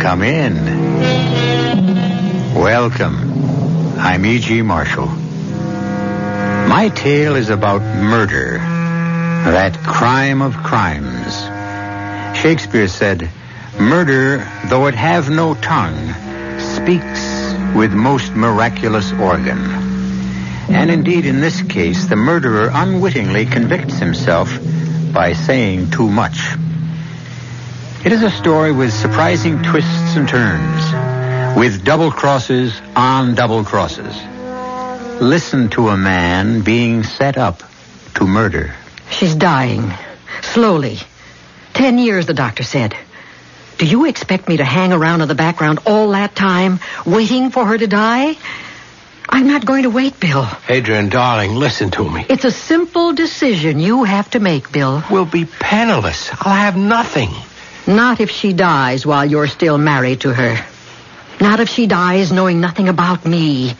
Come in. Welcome. I'm E.G. Marshall. My tale is about murder, that crime of crimes. Shakespeare said, Murder, though it have no tongue, speaks with most miraculous organ. And indeed, in this case, the murderer unwittingly convicts himself by saying too much. It is a story with surprising twists and turns, with double crosses on double crosses. Listen to a man being set up to murder. She's dying. Slowly. Ten years, the doctor said. Do you expect me to hang around in the background all that time, waiting for her to die? I'm not going to wait, Bill. Adrian, darling, listen to me. It's a simple decision you have to make, Bill. We'll be penniless. I'll have nothing. Not if she dies while you're still married to her. Not if she dies knowing nothing about me.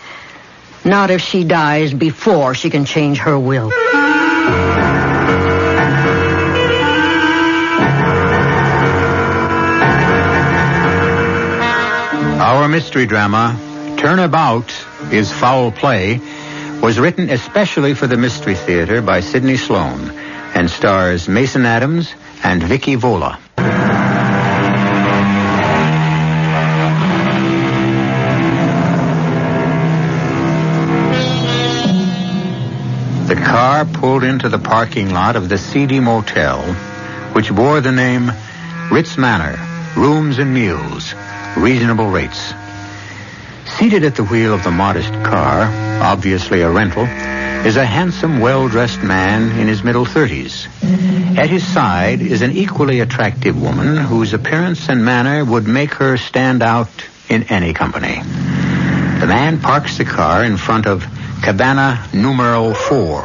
Not if she dies before she can change her will. Our mystery drama, Turnabout is Foul Play, was written especially for the Mystery Theater by Sidney Sloan and stars Mason Adams and Vicky Vola. The car pulled into the parking lot of the seedy motel, which bore the name Ritz Manor, Rooms and Meals, Reasonable Rates. Seated at the wheel of the modest car, obviously a rental, is a handsome, well-dressed man in his middle thirties. At his side is an equally attractive woman whose appearance and manner would make her stand out in any company. The man parks the car in front of Cabana Numero 4,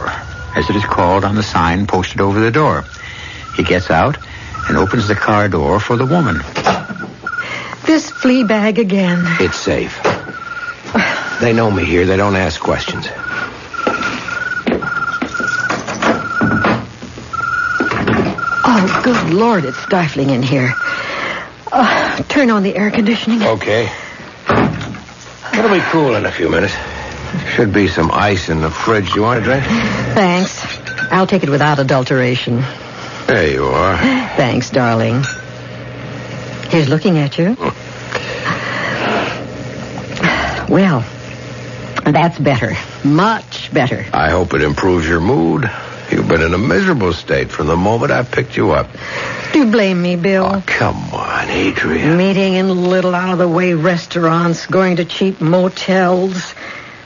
as it is called on the sign posted over the door. He gets out and opens the car door for the woman. This flea bag again. It's safe. They know me here. They don't ask questions. Oh, good Lord, it's stifling in here. Uh, turn on the air conditioning. Okay. It'll be cool in a few minutes. Should be some ice in the fridge. You want a drink? Thanks. I'll take it without adulteration. There you are. Thanks, darling. He's looking at you. Well, that's better. Much better. I hope it improves your mood. You've been in a miserable state from the moment I picked you up. Do you blame me, Bill? Oh, come on, Adrian. Meeting in little out of the way restaurants, going to cheap motels,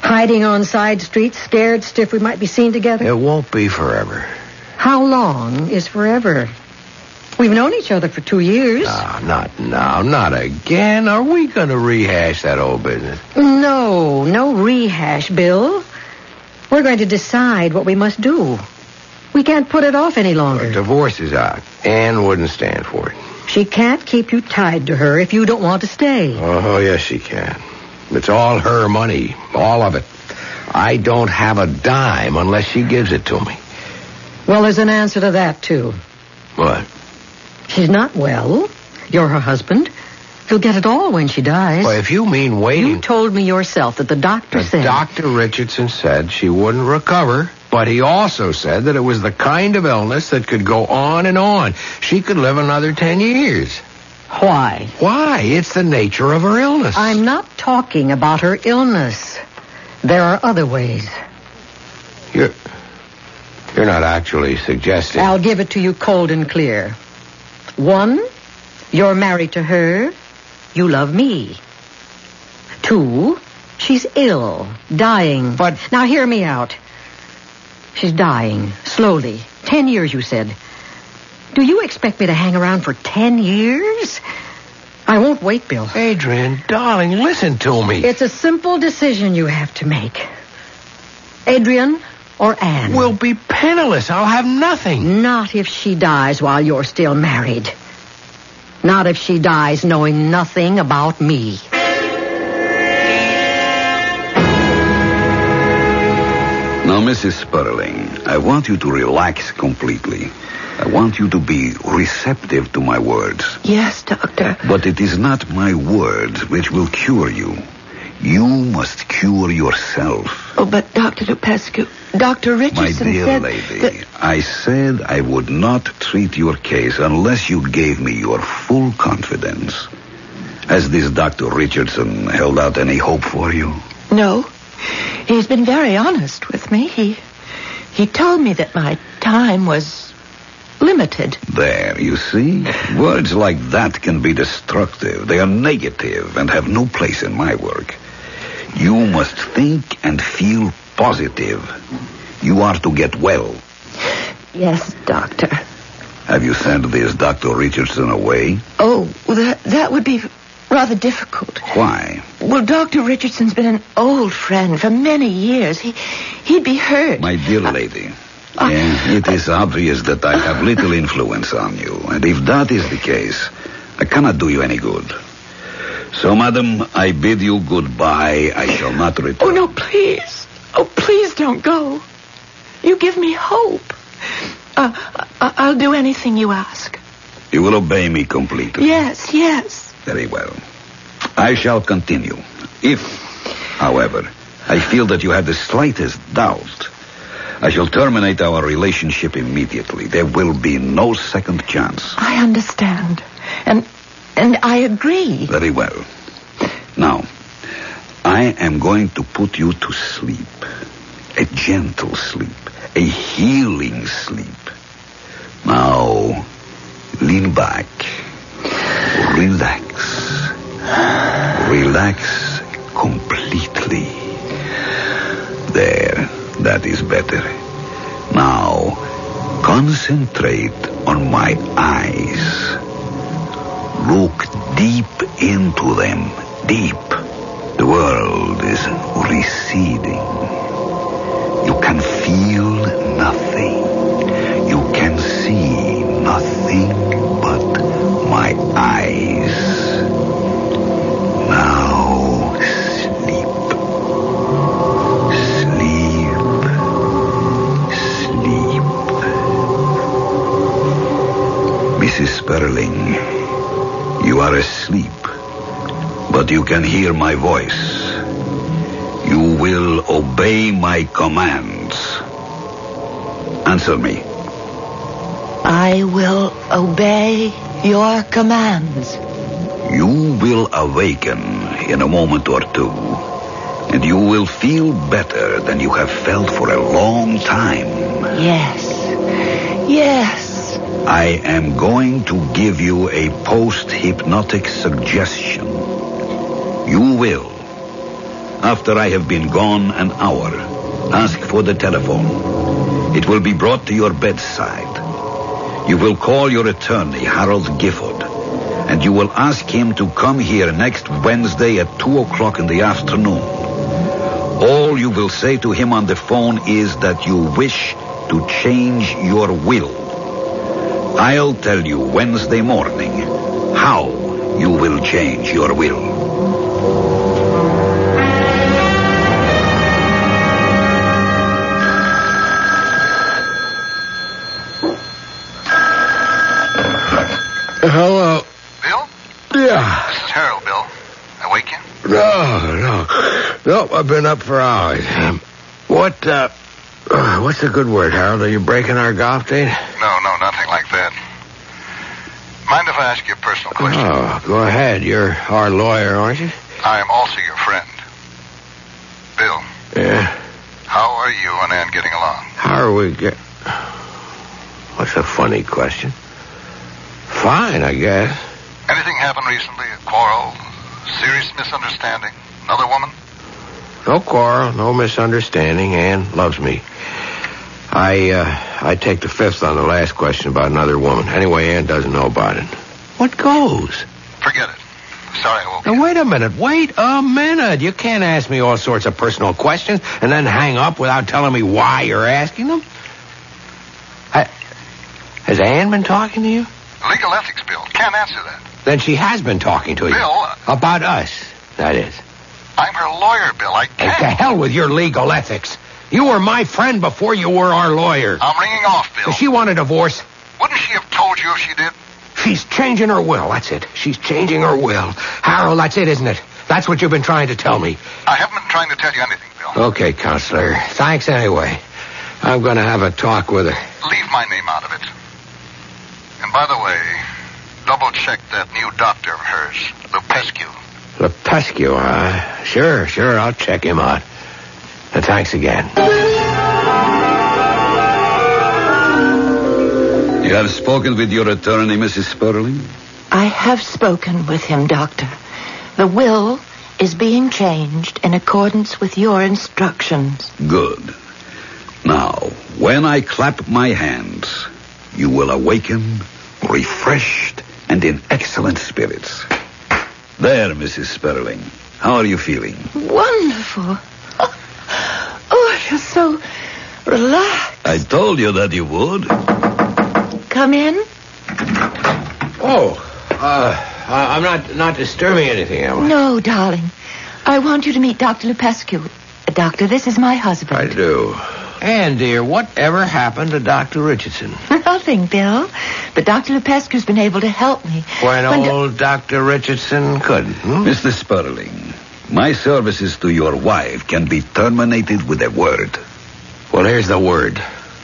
hiding on side streets, scared stiff we might be seen together. It won't be forever. How long is forever? We've known each other for two years. Ah. No, not now, not again. Are we going to rehash that old business? No, no rehash, Bill. We're going to decide what we must do. We can't put it off any longer. Divorce is out. Anne wouldn't stand for it. She can't keep you tied to her if you don't want to stay. Oh, yes, she can. It's all her money, all of it. I don't have a dime unless she gives it to me. Well, there's an answer to that, too. What? She's not well. You're her husband. You'll get it all when she dies. Well, if you mean waiting. you told me yourself that the doctor But said. Dr. Richardson said she wouldn't recover, but he also said that it was the kind of illness that could go on and on. She could live another 10 years. Why? Why? It's the nature of her illness. I'm not talking about her illness. There are other ways. You're, you're not actually suggesting. I'll give it to you cold and clear. One, you're married to her, you love me. Two, she's ill, dying. But- Now hear me out. She's dying, slowly. Ten years, you said. Do you expect me to hang around for ten years? I won't wait, Bill. Adrian, darling, listen to me. It's a simple decision you have to make. Adrian or Anne? will be penniless. I'll have nothing. Not if she dies while you're still married. Not if she dies knowing nothing about me. Now, Mrs. Sperling, I want you to relax completely. I want you to be receptive to my words. Yes, Doctor. But it is not my words which will cure you. You must cure yourself. Oh, but Dr. Lupescu, Dr. My Richardson dear said lady, that- I said I would not treat your case unless you gave me your full confidence. Has this Dr. Richardson held out any hope for you? No, he's been very honest with me. He he told me that my time was limited. There, you see? Words like that can be destructive. They are negative and have no place in my work. You must think and feel positive. You are to get well. Yes, doctor. Have you sent this Dr. Richardson away? Oh, well, that that would be rather difficult. Why? Well, Dr. Richardson's been an old friend for many years. He he'd be hurt. My dear lady, yeah, it is obvious that I have little influence on you. And if that is the case, I cannot do you any good. So, madam, I bid you goodbye. I shall not return. Oh, no, please. Oh, please don't go. You give me hope. Uh, I- I'll do anything you ask. You will obey me completely. Yes, yes. Very well. I shall continue. If, however, I feel that you have the slightest doubt, I shall terminate our relationship immediately. There will be no second chance. I understand. And and I agree. Very well. Now, I am going to put you to sleep. A gentle sleep. A healing sleep. Now, lean back. Relax. Relax completely. There. That is better. Now, concentrate on my eyes. Look deep into them. Deep. The world is receding. You can feel nothing. You can see nothing but my eyes. Now sleep. Sleep. Sleep. Mrs. Sperling. You are asleep, but you can hear my voice. You will obey my commands. Answer me. I will obey your commands. You will awaken in a moment or two, and you will feel better than you have felt for a long time. Yes. Yes. I am going to give you a post-hypnotic suggestion. You will, after I have been gone an hour, ask for the telephone. It will be brought to your bedside. You will call your attorney, Harold Gifford, and you will ask him to come here next Wednesday at 2 o'clock in the afternoon. All you will say to him on the phone is that you wish to change your will. I'll tell you Wednesday morning how you will change your will. Hello. Bill? Yeah. This is Harold, Bill. I wake you? No, no. Nope, I've been up for hours. Um, what, uh, uh, what's a good word, Harold? Are you breaking our golf date? No, no, nothing like that. Mind if I ask you a personal question? Oh, go ahead. You're our lawyer, aren't you? I am also your friend. Bill, Yeah. how are you and Ann getting along? How are we get? What's a funny question? Fine, I guess. Anything happened recently? A quarrel? Serious misunderstanding? Another woman? No quarrel, no misunderstanding, and loves me. I uh, I take the fifth on the last question about another woman. Anyway, Ann doesn't know about it. What goes? Forget it. Sorry, I woke Now you. wait a minute, wait a minute. You can't ask me all sorts of personal questions and then hang up without telling me why you're asking them. I, has Ann been talking to you? Legal ethics bill. Can't answer that. Then she has been talking to you. Bill, uh, About us, that is. I'm her lawyer, Bill. I And to can't. hell with your legal ethics. You were my friend before you were our lawyer. I'm ringing off, Bill. Does she want a divorce? Wouldn't she have told you if she did? She's changing her will. That's it. She's changing her will. Harold, that's it, isn't it? That's what you've been trying to tell me. I haven't been trying to tell you anything, Bill. Okay, counselor. Thanks anyway. I'm going to have a talk with her. Leave my name out of it. And by the way, double check that new doctor of hers, Lupescu. Lepescu, huh? Sure, sure. I'll check him out. And thanks again. You have spoken with your attorney, Mrs. Sperling? I have spoken with him, Doctor. The will is being changed in accordance with your instructions. Good. Now, when I clap my hands, you will awaken refreshed and in excellent spirits. There, Mrs. Sperling. How are you feeling? Wonderful. Oh, oh I feel so relaxed. I told you that you would. Come in. Oh, uh, I- I'm not not disturbing anything, am I? No, darling. I want you to meet Dr. Lupescu. Doctor, this is my I husband. do. Ann, dear, whatever happened to Dr. Richardson? Nothing, Bill. But Dr. Lupescu's been able to help me. When When do- old Dr. Richardson couldn't. hmm? Mr. Sperling, my services to your wife can be terminated with a word. Well, here's the word.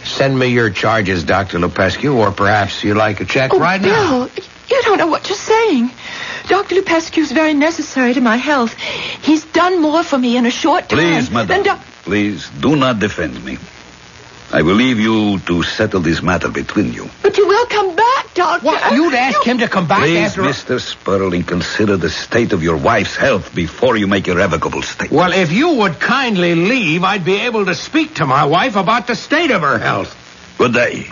Send me your charges, Dr. Lupescu, or perhaps you'd like a check Oh, right now. Bill, you don't know what you're saying. Dr. Lupescu is very necessary to my health. He's done more for me in a short time. Please, than madame. doc- Please, do not defend me. I will leave you to settle this matter between you. But you will come back, Doctor. What? You'd ask him to come back Please, after... Mr. Sperling, consider the state of your wife's health before you make irrevocable statements. Well, if you would kindly leave, I'd be able to speak to my wife about the state of her health. Good day.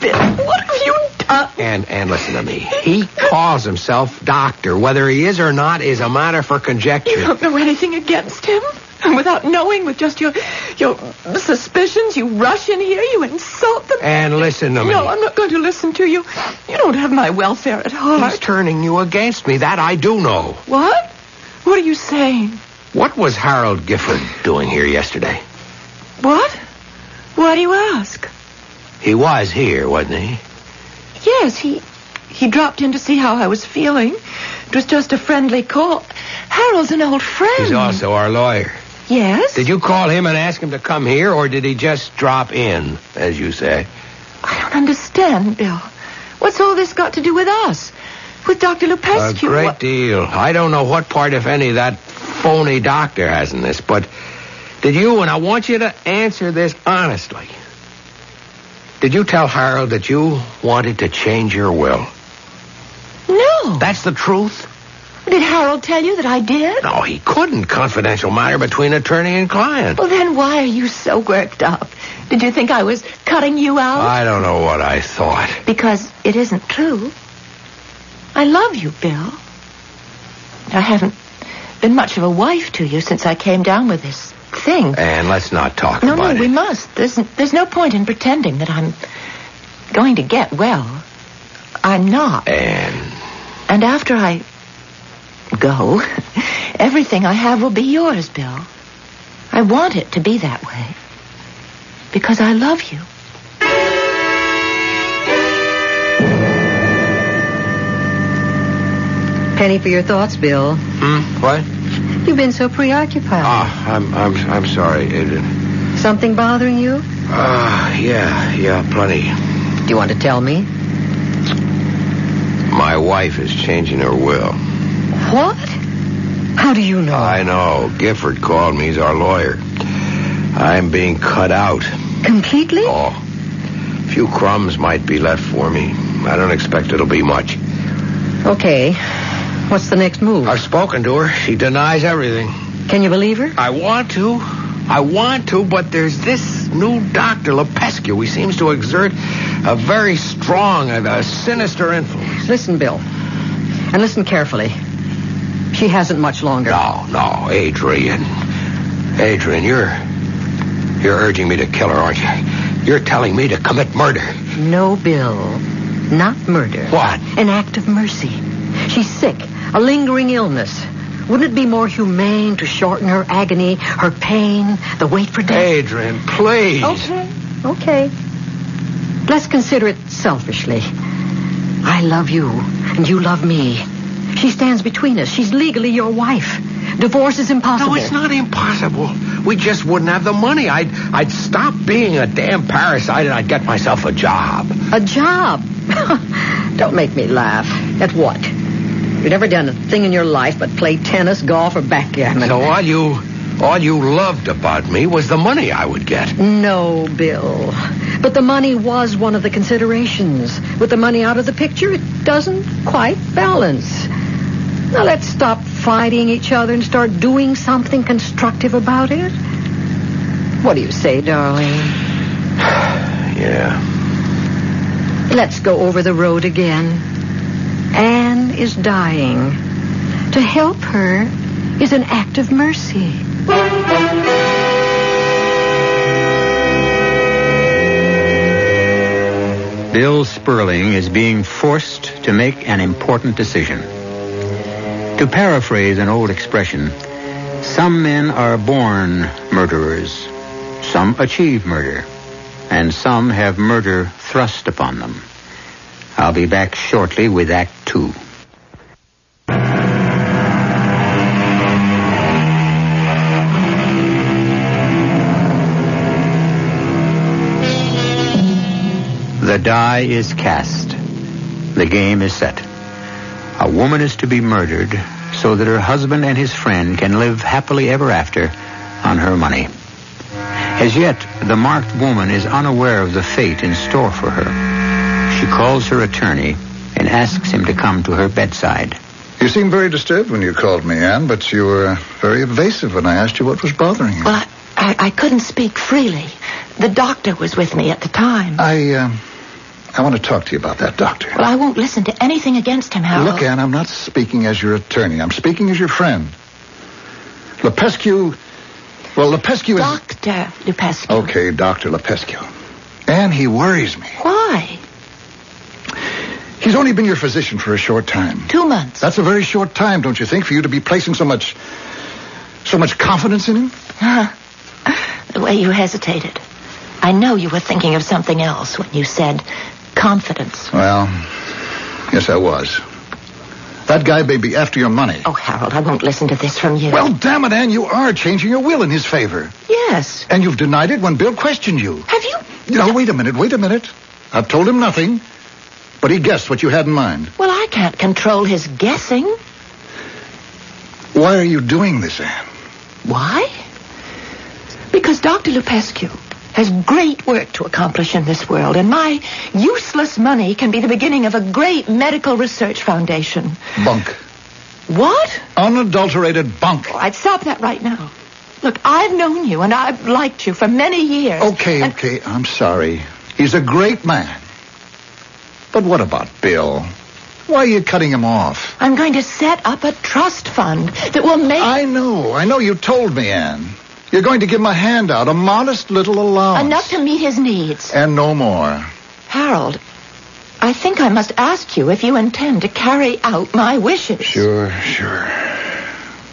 Bill, what have you done? And and listen to me. He calls himself doctor. Whether he is or not is a matter for You conjecture. don't know anything against him. And without knowing, with just your your suspicions, you rush in here, you insult them. And listen to me. no, I'm not going to listen to you. You don't have my welfare at heart. He's turning you against me. That I do know. What? What are you saying? What was Harold Gifford doing here yesterday? What? Why do you ask? He was here, wasn't he? Yes, he he dropped in to see how I was feeling. It was just a friendly call. Harold's an old friend. He's also our lawyer. Yes. Did you call him and ask him to come here, or did he just drop in, as you say? I don't understand, Bill. What's all this got to do with us? With Dr. A Lupescu? great What- deal. I don't know what part, if any, that phony doctor has in this, but did you, and I want you to answer this honestly. Did you tell Harold that you wanted to change your will? No. That's the truth? Did Harold tell you that I did? No, he couldn't. Confidential matter between attorney and client. Well, then why are you so worked up? Did you think I was cutting you out? I don't know what I thought. Because it isn't true. I love you, Bill. I haven't been much of a wife to you since I came down with this thing. And let's not talk no, about no, it. we must. There's, there's no point in pretending that I'm going to get well. I'm not. And And after I go, everything I have will be yours, Bill. I want it to be that way. Because I love you. Penny for your thoughts, Bill. Hmm? what? You've been so preoccupied. Ah, I'm I'm I'm sorry. It, Something bothering you? ah, yeah, yeah, plenty. Do you want to tell me? My wife is changing her will. What? How do you know? I know. Gifford called me. He's our lawyer. I'm being cut out. Completely? Oh, a few crumbs might be left for me. I don't expect it'll be much. Oh. Okay. What's the next move? I've spoken to her. She denies everything. Can you believe her? I want to. I want to, but there's this new doctor, Lepescu. He seems to exert a very strong and a sinister influence. Listen, Bill. And listen carefully. She hasn't much longer. No, no, Adrian. Adrian, you're you're urging me to kill her, aren't you? You're telling me to commit murder. No, Bill. Not murder. What? An act of mercy. She's sick, a lingering illness. Wouldn't it be more humane to shorten her agony, her pain, the wait for death? Adrian, please. Okay, okay. Let's consider it selfishly. I love you, and you love me. She stands between us. She's legally your wife. Divorce is impossible. No, it's not impossible. We just wouldn't have the money. I'd I'd stop being a damn parasite and I'd get myself a job. A job. Don't make me laugh. At what? You've never done a thing in your life but play tennis, golf, or backgammon. So all you all you loved about me was the money I would get. No, Bill. But the money was one of the considerations. With the money out of the picture, it doesn't quite balance. Now let's stop fighting each other and start doing something constructive about it. What do you say, darling? Yeah. Let's go over the road again. Anne is dying. To help her is an act of mercy. Bill Sperling is being forced to make an important decision. To paraphrase an old expression, some men are born murderers, some achieve murder, and some have murder thrust upon them. I'll be back shortly with Act Two. The die is cast. The game is set. A woman is to be murdered so that her husband and his friend can live happily ever after on her money. As yet, the marked woman is unaware of the fate in store for her. She calls her attorney and asks him to come to her bedside. You seemed very disturbed when you called me, Anne, but you were very evasive when I asked you what was bothering you. Well, I, I, I couldn't speak freely. The doctor was with me at the time. I, um, I want to talk to you about that doctor. well, I won't listen to anything against him, Harold. Look, Anne, I'm not speaking as your attorney. I'm speaking as your friend. Lepescu. Well, Lepescu is. Doctor Lupescu. Okay, Dr. Lepescu. Anne, he worries me. Why? He's only been your physician for a short time. Two months. That's a very short time, don't you think, for you to be placing so much. so much confidence in him? The way you hesitated. I know you were thinking of something else when you said confidence. Well, yes, I was. That guy may be after your money. Oh, Harold, I won't listen to this from you. Well, Oh, damn it, Anne, you are changing your will in his favor. yes. And you've denied it when Bill questioned you. Have you? Now, wait a minute, wait a minute. I've told him nothing, but he guessed what you had in mind. Well, I can't control his guessing. Why are you doing this, Anne? Why? Because Dr. Lupescu has great work to accomplish in this world, and my useless money can be the beginning of a great medical research foundation. Bunk. What? Unadulterated bunk. I'd stop that right now. Look, I've known you and I've liked you for many years. Okay, and- okay, I'm sorry. He's a great man. But what about Bill? Why are you cutting him off? I'm going to set up a trust fund that will make I know, I know you told me, Anne. You're going to give him a handout, a modest little allowance. enough to meet his needs. And no more. Harold, I think I must ask you if you intend to carry out my wishes. Sure, sure.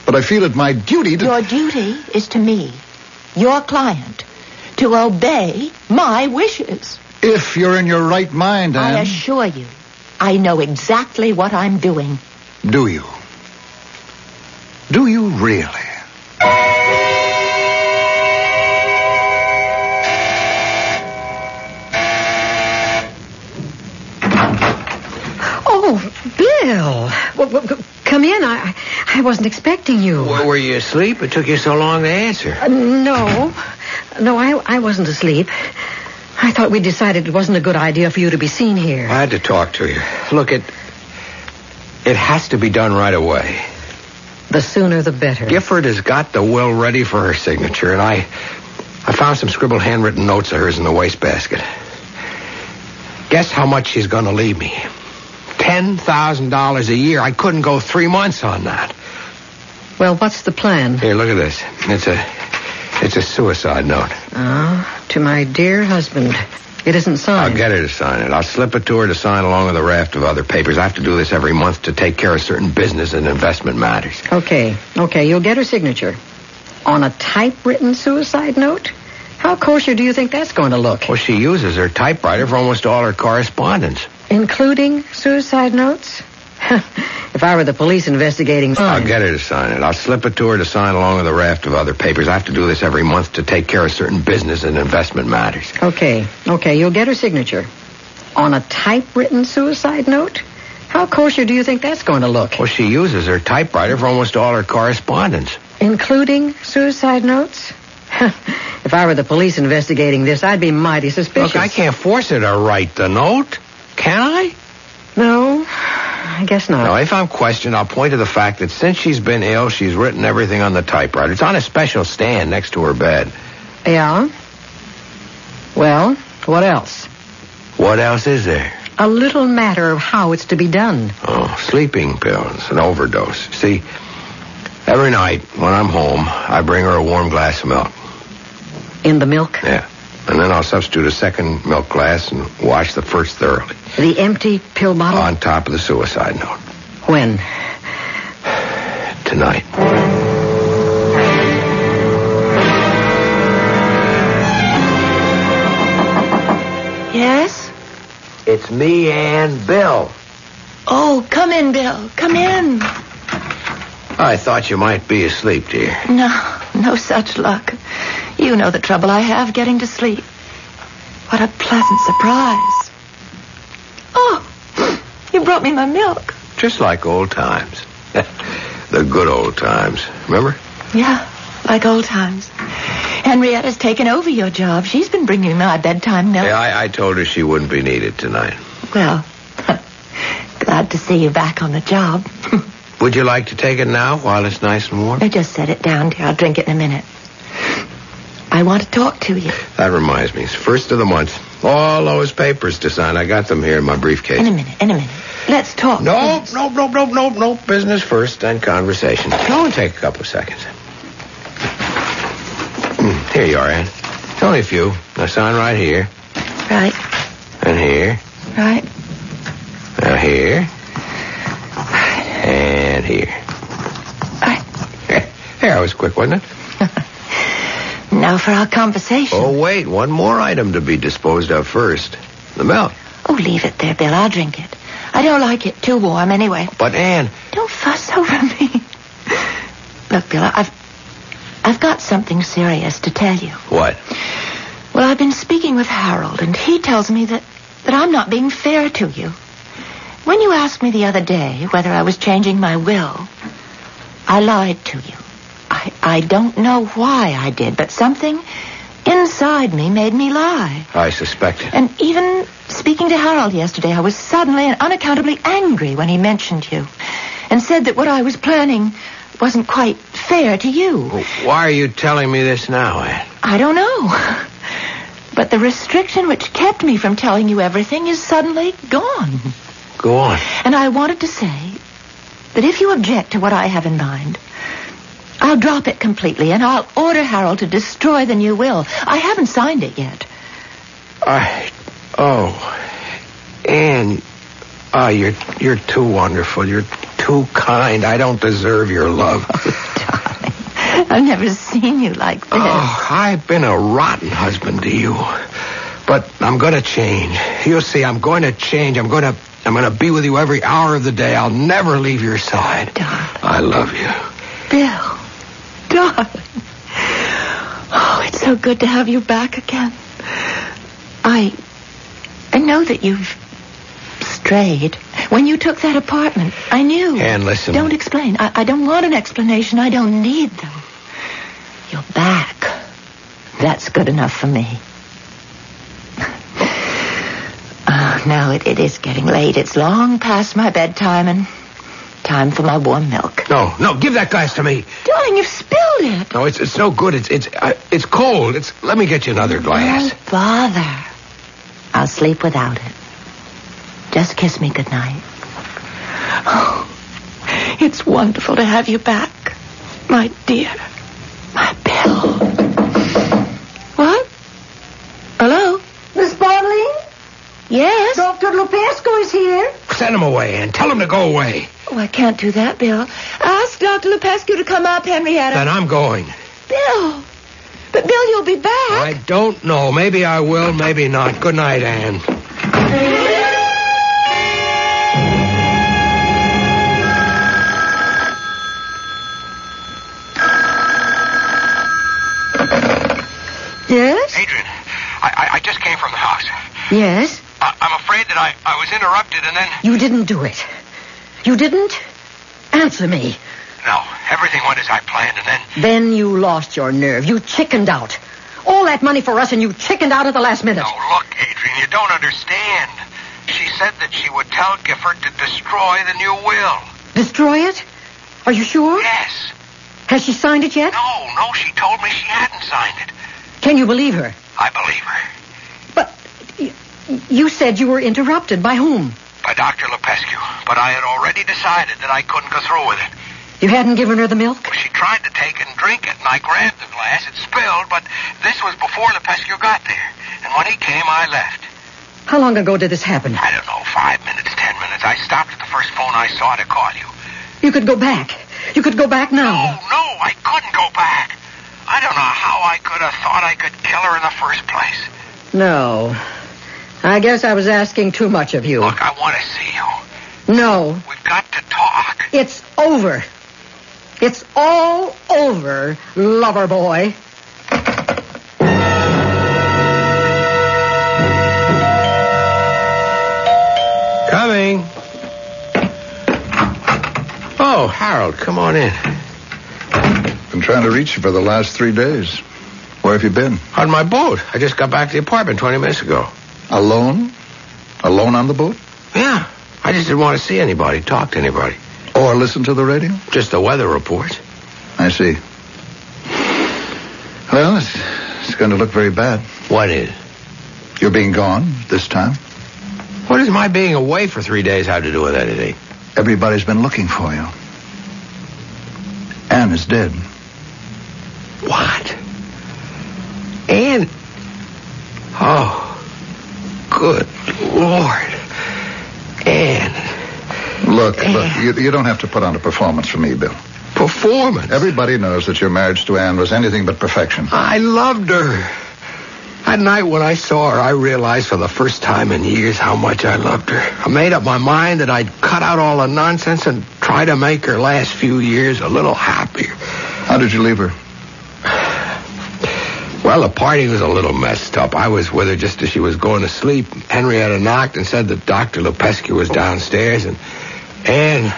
But I feel it my duty to. Your duty is to me, your client, to obey my wishes. If you're in your right mind, Anne. I assure you, I know exactly what I'm doing. Do you? Do you really? Oh, Bill. Well, well, c- come in. I, I wasn't expecting you. Well, were you asleep? Uh, It took you so long to answer. No. No, I, I wasn't asleep. I thought we decided it wasn't a good idea for you to be seen here. I had to talk to you. Look, it. It has to be done right away. The sooner the better. Gifford has got the will ready for her signature, and I. I found some scribbled handwritten notes of hers in the wastebasket. Guess how much she's going to leave me? $10,000 a year. I couldn't go three months on that. Well, what's the plan? Here, look at this. It's a. It's a suicide note. Ah, to my dear husband. It isn't I'll signed. get her to sign it. I'll slip it to her to sign along with a raft of other papers. I have to do this every month to take care of certain business and investment matters. Okay, okay, you'll get her signature. On a typewritten suicide note? How kosher do you think that's going to look? Well, she uses her typewriter for almost all her correspondence. Including suicide notes? if I were the police investigating I'll mine, get her to sign it. I'll slip it to her to sign along with a raft of other papers. I have to do this every month to take care of certain business and investment matters. Okay, okay, you'll get her signature. On a typewritten suicide note? How kosher do you think that's going to look? Well, she uses her typewriter for almost all her correspondence. Including suicide notes? if I were the police investigating this, I'd be mighty suspicious. Look, I can't force her to write the note. Can I? No, I guess not. Now, if I'm questioned, I'll point to the fact that since she's been ill, she's written everything on the typewriter. It's on a special stand next to her bed. Yeah? Well, what else? What else is there? A little matter of how it's to be done. Oh, sleeping pills, an overdose. See, every night when I'm home, I bring her a warm glass of milk. In the milk? Yeah. And then I'll substitute a second milk glass and wash the first thoroughly The empty pill bottle? on top of the suicide note. When? Tonight. Yes? It's me and Bill. Oh, come in, Bill. Come in. I thought you might be asleep, dear. No, no such luck. You know the trouble I have getting to sleep. What a pleasant surprise. Oh, you brought me my milk. Just like old times. the good old times. Remember? Yeah, like old times. Henrietta's taken over your job. She's been bringing my bedtime milk. Yeah, I, I told her she wouldn't be needed tonight. Well, glad to see you back on the job. Would you like to take it now while it's nice and warm? I just set it down, dear. I'll drink it in a minute. I want to talk to you. That reminds me. It's first of the month. All those papers to sign. I got them here in my briefcase. In a minute, in a minute. Let's talk. Nope, nope, nope, nope, nope, nope. Business first, then conversation. Go and take a couple of seconds. Mm, Here you are, Ann. It's only a few. Now sign right here, Right, and here, right. now here, and here. There, that was quick, wasn't it? Now for our conversation. Oh, wait, one more item to be disposed of first. The milk. Oh, leave it there, Bill. I'll drink it. I don't like it too warm anyway. But, Ann, Don't fuss over me. Look, Bill, I've I've got something serious to tell you. what? Well, I've been speaking with Harold, and he tells me that, that I'm not being fair to you. When you asked me the other day whether I was changing my will, I lied to you. I, I don't know why I did, but something inside me made me lie. I suspected. And even speaking to Harold yesterday, I was suddenly and unaccountably angry when he mentioned you and said that what I was planning wasn't quite fair to you. Why are you telling me this now, Ann? I don't know. But the restriction which kept me from telling you everything is suddenly gone. Go on. And I wanted to say that if you object to what I have in mind, I'll drop it completely and I'll order Harold to destroy the new will. I haven't signed it yet. I. Oh, Anne, ah, you're you're too wonderful. You're too kind. I don't deserve your love. I've never seen you like this. Oh, I've been a rotten husband to you, but I'm going to change. You'll see. I'm going to change. I'm going to I'm going to be with you every hour of the day. I'll never leave your side. Darling. I love you. Bill, darling. Oh, it's so good to have you back again. I, I know that you've strayed. When you took that apartment, I knew. Anne, listen. Don't explain. I, I don't want an explanation. I don't need them. You're back. That's good enough for me. no, Ah, it, it is getting late. It's long past my bedtime and time for my warm milk. No, no, give that glass to me. Darling, you've spilled it. No, it's it's no good. It's it's uh, it's cold. It's let me get you another glass. Don't bother. I'll sleep without it. Just kiss me goodnight. Oh, it's wonderful to have you back, my dear. My Bill. What? Hello? Miss Bodling, Yes? Dr. Lupescu is here. Send him away and tell him to go away. Oh, I can't do that, Bill. Ask Dr. Lupescu to come up, Henrietta. Then I'm going. Bill! But, Bill, you'll be back. I don't know. Maybe I will. Maybe not. Good night, Anne. Yes? Adrian, I, I, I just came from the house. Yes? I, I'm afraid that I, I was interrupted and then. You didn't do it. You didn't? Answer me. No, everything went as I planned and then. Then you lost your nerve. You chickened out. All that money for us, and you chickened out at the last minute. No, Oh, look, Adrian, you don't understand. She said that she would tell Gifford to destroy the new will. Destroy it? Are you sure? Yes. Has she signed it yet? No, no, she told me she hadn't signed it. Can you believe her? I believe her. But y- you said you were interrupted. By whom? By Dr. Lepescu. But I had already decided that I couldn't go through with it. You hadn't given her the milk? She tried to take and drink it, and I grabbed the glass. It spilled, but this was before Lepescu got there. And when he came, I left. How long ago did this happen? I don't know, five minutes, ten minutes. I stopped at the first phone I saw to call you. You could go back. You could go back Oh, now. no, I couldn't go back. I don't know how I could have thought I could kill her in the first place. No. I guess I was asking too much of you. Look, I want to see you. No. We've got to talk. It's over. It's all over, lover boy. Coming. Oh, Harold, come on in. Been trying to reach you for the last three days. Where have you been? On my boat. I just got back to the apartment 20 minutes ago. Alone? Alone on the boat? Yeah. I just didn't want to see anybody, talk to anybody. Or listen to the radio? Just the weather report. I see. Well, it's, it's going to look very bad. What is? You're being gone this time. What does my being away for three days have to do with anything? Everybody's been looking for you. Anne is dead. What? And oh, good lord, Anne, Look, look, you, you don't have to put on a performance for me, Bill. performance. Everybody knows that your marriage to Anne was anything but perfection. I loved her. That night when I saw her, I realized for the first time in years how much I loved her. I made up my mind that I'd cut out all the nonsense and try to make her last few years a little happier. How did you leave her? Well, the party was a little messed up. I was with her just as she was going to sleep. Henrietta knocked and said that Dr. Lupescu was downstairs, and Anne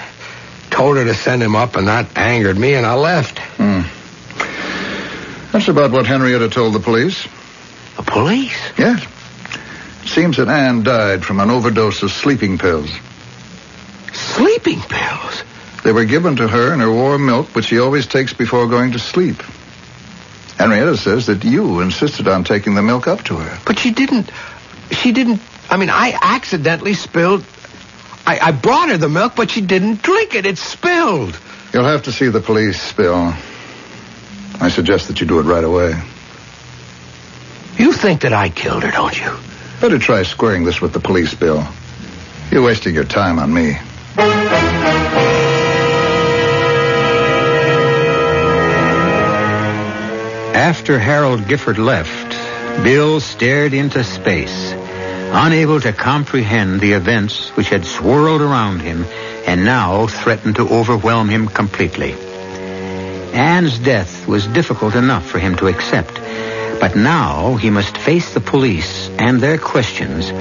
told her to send him up, and that angered me, and I left. That's about what Henrietta told the police. The police? Yes. Seems that Anne died from an overdose of sleeping pills. Sleeping pills? They were given to her in her warm milk, which she always takes before going to sleep. Henrietta says that you insisted on taking the milk up to her. But she didn't. She didn't. I mean, I accidentally spilled. I, I brought her the milk, but she didn't drink it. It spilled. You'll have to see the police, Bill. I suggest that you do it right away. You think that I killed her, don't you? Better try squaring this with the police, Bill. You're wasting your time on me. After Harold Gifford left, Bill stared into space, unable to comprehend the events which had swirled around him and now threatened to overwhelm him completely. Anne's death was difficult enough for him to accept, but now he must face the police and their questions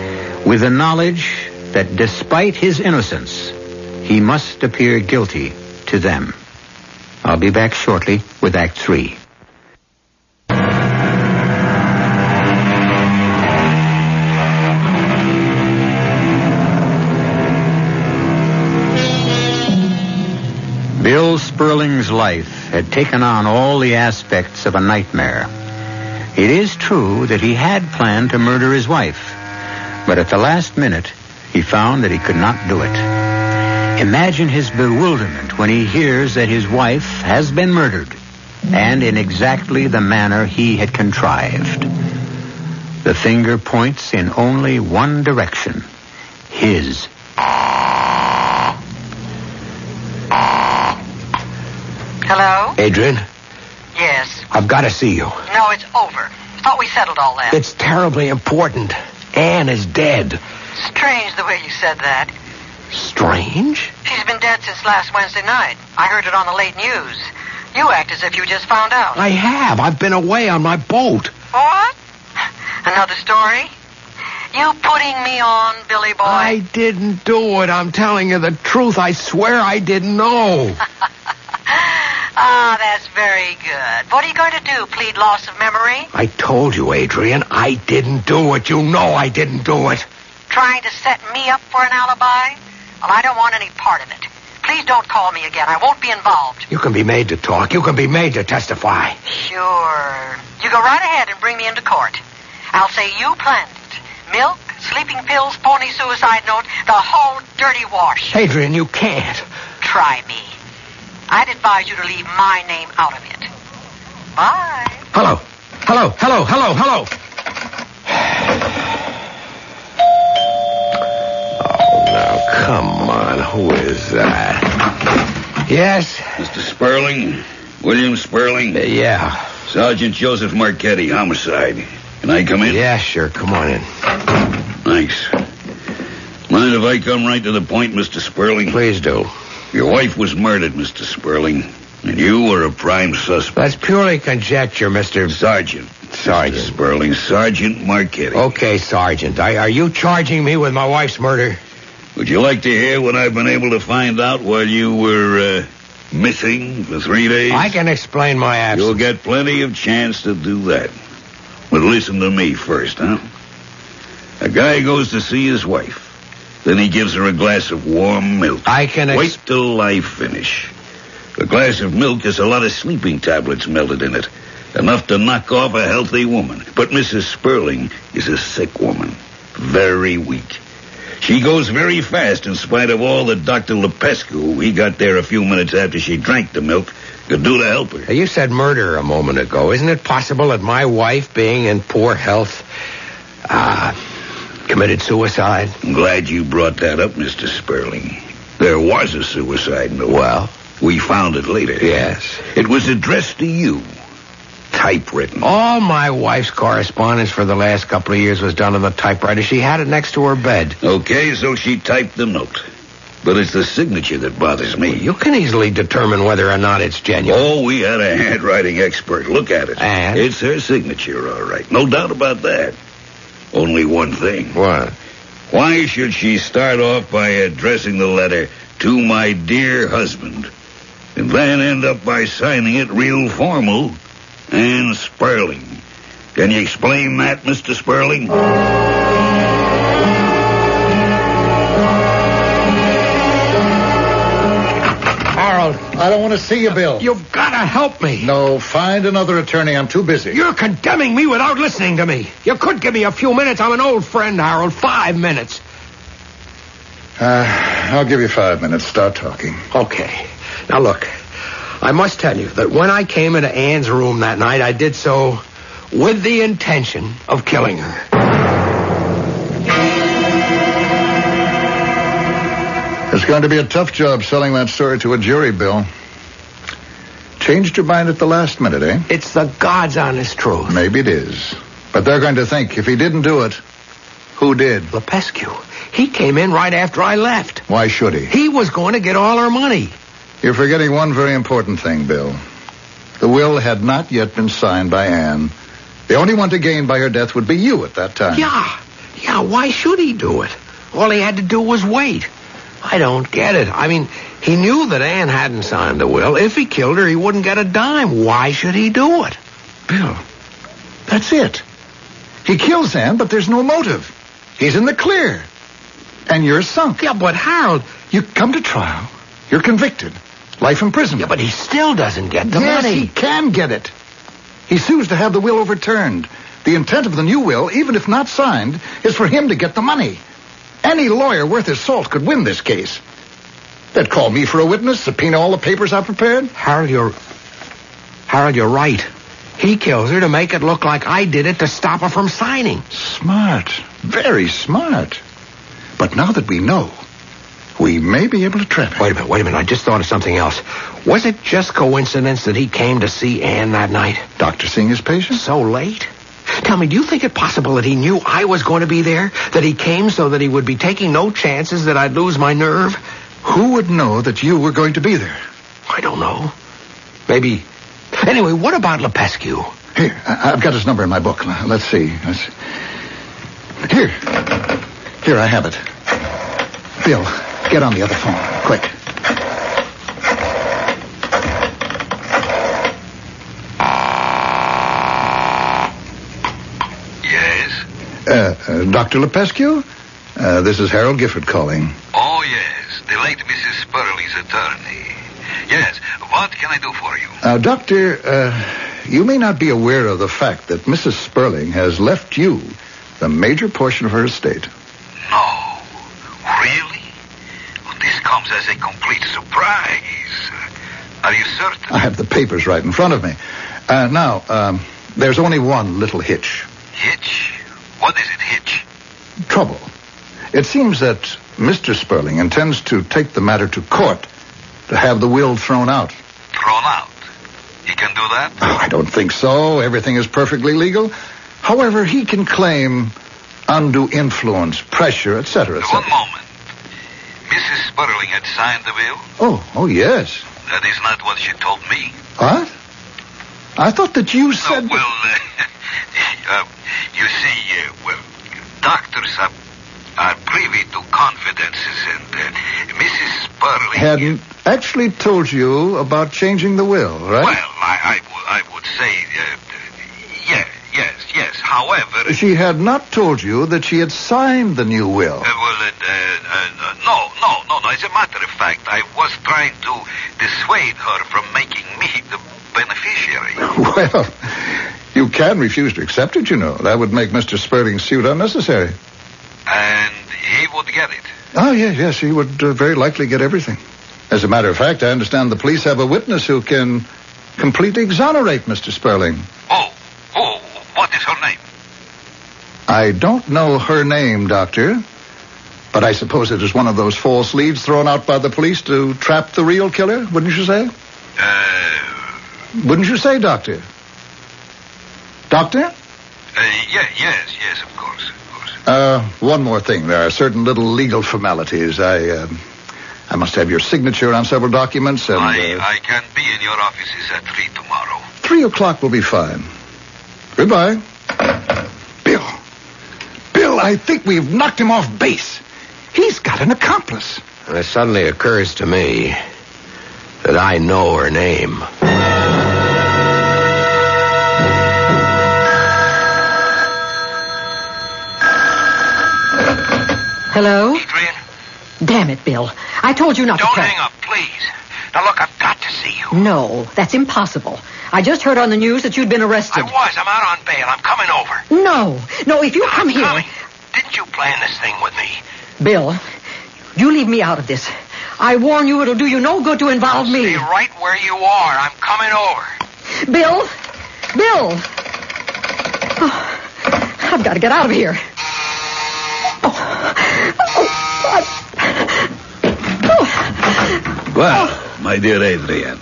with the knowledge that despite his innocence, he must appear guilty to them. I'll be back shortly with Act Three. Bill Sperling's life had taken on all the aspects of a nightmare. It is true that he had planned to murder his wife, but at the last minute, he found that he could not do it. Imagine his bewilderment when he hears that his wife has been murdered, and in exactly the manner he had contrived. The finger points in only one direction his. Hello? Adrian, Yes. I've got to see you. No, it's over. Thought we settled all that. It's terribly important. Anne is dead. strange the way you said that. Strange? She's been dead since last Wednesday night. I heard it on the late news. You act as if you just found out. I have. I've been away on my boat. What? Another story? You putting me on, Billy boy? I didn't do it. I'm telling you the truth. I swear I didn't know. Ah, that's very good. What are you going to do? Plead loss of memory? I told you, Adrian, I didn't do it. You know I didn't do it. Trying to set me up for an alibi? Well, I don't want any part of it. Please don't call me again. I won't be involved. You can be made to talk. You can be made to testify. Sure. You go right ahead and bring me into court. I'll say you planned it. Milk, sleeping pills, pony suicide note, the whole dirty wash. Adrian, you can't. Try me. I'd advise you to leave my name out of it. Bye. Hello. Hello, hello, hello, hello. Oh, now, come on. Who is that? Yes? Mr. Sperling? William Sperling? Uh, Yeah. Sergeant Joseph Marchetti, homicide. Can I come in? Yeah, sure. Come on in. Thanks. Mind if I come right to the point, Mr. Sperling? Please do. Your wife was murdered, Mr. Sperling, and you were a prime suspect. That's purely conjecture, Mr. Sergeant. Sergeant. Oh. Mr. Sperling, Sergeant Marchetti. Okay, Sergeant. I, are you charging me with my wife's murder? Would you like to hear what I've been able to find out while you were uh, missing for three days? I can explain my absence. You'll get plenty of chance to do that. But listen to me first, huh? A guy goes to see his wife. Then he gives her a glass of warm milk. I can ex- Wait till I finish. A glass of milk has a lot of sleeping tablets melted in it. Enough to knock off a healthy woman. But Mrs. Sperling is a sick woman. Very weak. She goes very fast in spite of all that Dr. Lepescu, who he got there a few minutes after she drank the milk, could do to help her. Now, You said murder a moment ago. Isn't it possible that my wife, being in poor health, uh, committed suicide? I'm glad you brought that up, Mr. Sperling. There was a suicide note. Well? We found it later. Yes. It was addressed to you. Typewritten. All my wife's correspondence for the last couple of years was done on the typewriter. She had it next to her bed. Okay, so she typed the note. But it's the signature that bothers me. You can easily determine whether or not it's genuine. Oh, we had a handwriting expert look at it. And? It's her signature, all right. No doubt about that. Only one thing. What? Why should she start off by addressing the letter to my dear husband and then end up by signing it real formal and Sperling? Can you explain that, Mr. Sperling? Harold, I don't want to see you, Bill. You've got to help me. No, find another attorney. I'm too busy. You're condemning me without listening to me. You could give me a few minutes. I'm an old friend, Harold. Five minutes. Uh, I'll give you five minutes. Start talking. Okay. Now look, I must tell you that when I came into Anne's room that night, I did so with the intention of killing her. It's going to be a tough job selling that story to a jury, Bill. Changed your mind at the last minute, eh? It's the God's honest truth. Maybe it is. But they're going to think if he didn't do it, who did? Lepescu, he came in right after I left. Why should he? He was going to get all her money. You're forgetting one very important thing, Bill. The will had not yet been signed by Anne. The only one to gain by her death would be you at that time. Yeah, yeah, why should he do it? All he had to do was wait. I don't get it. I mean, he knew that Anne hadn't signed the will. If he killed her, he wouldn't get a dime. Why should he do it? Bill, that's it. He kills Anne, but there's no motive. He's in the clear. And you're sunk. Yeah, but Harold, You come to trial. You're convicted. Life imprisonment. Yeah, but he still doesn't get the yes, money. he can get it. He sues to have the will overturned. The intent of the new will, even if not signed, is for him to get the money. Any lawyer worth his salt could win this case. They'd call me for a witness, subpoena all the papers I prepared. Harold, you're. Harold, you're right. He kills her to make it look like I did it to stop her from signing. Smart. Very smart. But now that we know, we may be able to trap him. Wait a minute, wait a minute. I just thought of something else. Was it just coincidence that he came to see Anne that night? Doctor seeing his patient? So late? Tell me, do you think it possible that he knew I was going to be there? That he came so that he would be taking no chances that I'd lose my nerve? Who would know that you were going to be there? I don't know. Maybe. Anyway, what about Lepescu? Here, I- I've got his number in my book. L- Let's see. Let's... Here. Here, I have it. Bill, get on the other phone, quick. Yes? Uh, uh, Dr. Lepescu? Uh, this is Harold Gifford calling. Oh, yes. The late Mrs. Spurley's attorney. Yes. What can I do for you? Now, Doctor, uh, you may not be aware of the fact that Mrs. Sperling has left you the major portion of her estate. No. Really? Well, this comes as a complete surprise. Are you certain? I have the papers right in front of me. Uh, now, um, there's only one little hitch. Hitch? What is it, Hitch? Trouble. It seems that Mr. Sperling intends to take the matter to court to have the will thrown out. Thrown out. He can do that? Oh, I don't think so. Everything is perfectly legal. However, he can claim undue influence, pressure, etc., etc. One moment. Mrs. Spurling had signed the will? Oh, oh yes. That is not what she told me. What? I thought that you No, said. well, uh, uh, you see, uh, well, doctors are, are privy to confidences, and uh, Mrs. Spurling... Hadn't actually told you about changing the will, right? Well, I, I, w- I would say, uh, yeah, yes, yes. However... uh, She had not told you that she had signed the new will. Uh, well, uh, uh, uh, no, no, no, no. As a matter of fact, I was trying to dissuade her from making me the beneficiary. Well, you can refuse to accept it, you know. That would make Mr. Spurling's suit unnecessary. And he would get it. Oh, yes, yes, he would uh, very likely get everything. As a matter of fact, I understand the police have a witness who can completely exonerate Mr. Spurling. Oh, oh, what is her name? I don't know her name, Doctor, but I suppose it is one of those false leads thrown out by the police to trap the real killer, wouldn't you say? Uh, Wouldn't you say, Doctor? Doctor? uh yeah, yes, yes, of course, of course. Uh, one more thing. There are certain little legal formalities. I, uh, I must have your signature on several documents, and I, uh, I can be in your offices at three tomorrow. three o'clock will be fine. Goodbye, Bill. Bill, I think we've knocked him off base. He's got an accomplice. And it suddenly occurs to me that I know her name. Hello? Adrian, Damn it, Bill. I told you not to don't call. hang up, please. Now look, I've got to see you. No, that's impossible. I just heard on the news that you'd been I arrested. was. I'm out on bail. I'm coming over. No, no, if you come I'm here. coming. Didn't you plan this thing with me? Bill, you leave me out of this. I warn you, it'll do you no good to involve me. Stay right where you are. I'm coming over. Bill? Bill! Oh, I've got to get out of here. Oh, oh, I- Well, my dear Adrian,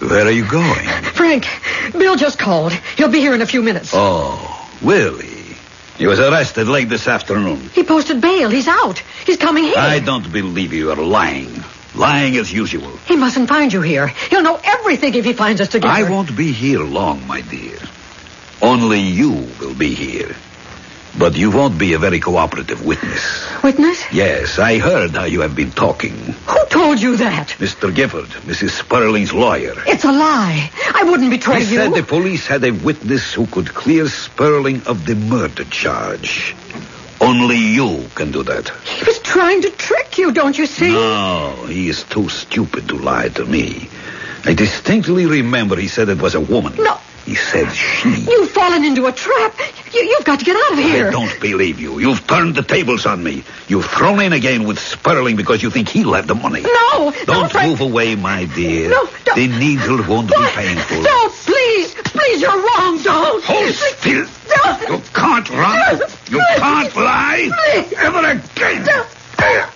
where are you going? Frank, Bill just called. He'll be here in a few minutes. Oh, Willie. He was arrested late this afternoon. He posted bail. He's out. He's coming here. I don't believe you are lying. Lying as usual. He mustn't find you here. He'll know everything if he finds us together. I won't be here long, my dear. Only you will be here. But you won't be a very cooperative witness. Witness? Yes, I heard how you have been talking. Who told you that? Mr. Gifford, Mrs. Sperling's lawyer. It's a lie. I wouldn't betray He you. said the police had a witness who could clear Sperling of the murder charge. Only you can do that. He was trying to trick you, don't you see? No, he is too stupid to lie to me. I distinctly remember he said it was a woman. No. He said she. You've fallen into a trap. You, you've got to get out of here. I don't believe you. You've turned the tables on me. You've thrown in again with Sperling because you think he'll have the money. No, no, Don't Frank. move away, my dear. No, don't. The needle won't Why? be painful. Don't, please. Please, you're wrong, don't. Hold still. Don't. You can't run. You can't lie. Please. Ever again.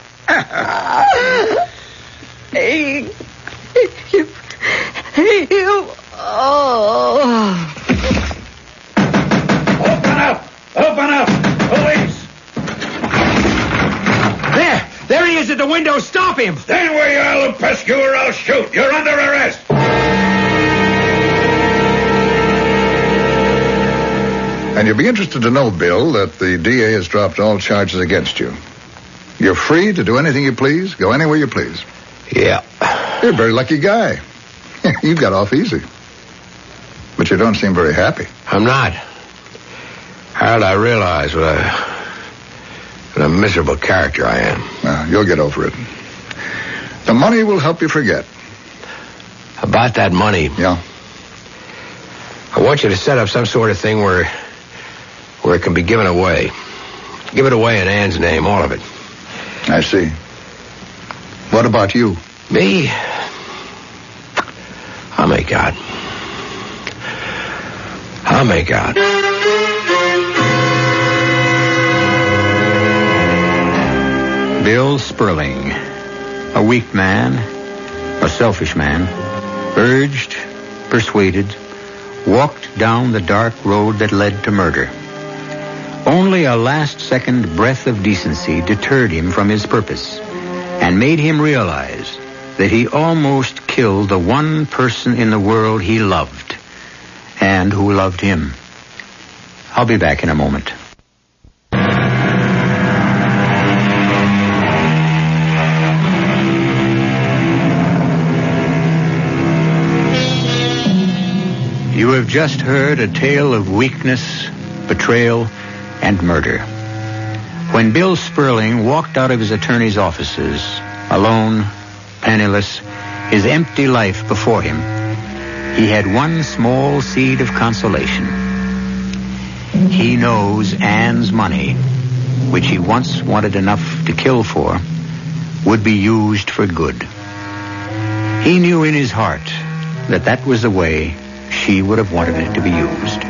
Hey, you, hey, you, oh. Open up. Open up. Police. There! There he is at the window. Stop him! Stand where you are, Lupescu, or I'll shoot. You're under arrest. And you'll be interested to know, Bill, that the DA has dropped all charges against you. You're free to do anything you please, go anywhere you please. Yeah. You're a very lucky guy. you got off easy. But you don't seem very happy. I'm not. Harold, I realize what a, what a miserable character I am. Now, you'll get over it. The money will help you forget. About that money, Yeah. I want you to set up some sort of thing where, where it can be given away. Give it away in Ann's name, all of it. I see. What about you? Me? Oh, I'll make out. I'll make out. Bill Sperling, a weak man, a selfish man, urged, persuaded, walked down the dark road that led to murder. Only a last second breath of decency deterred him from his purpose and made him realize that he almost killed the one person in the world he loved and who loved him. I'll be back in a moment. You have just heard a tale of weakness, betrayal, and murder. When Bill Sperling walked out of his attorney's offices, alone, penniless, his empty life before him, he had one small seed of consolation. He knows Anne's money, which he once wanted enough to kill for, would be used for good. He knew in his heart that that was the way she would have wanted it to be used.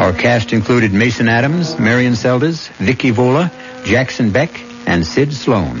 Our cast included Mason Adams, Marion Seldes, Vicky Vola, Jackson Beck, and Sid Sloan.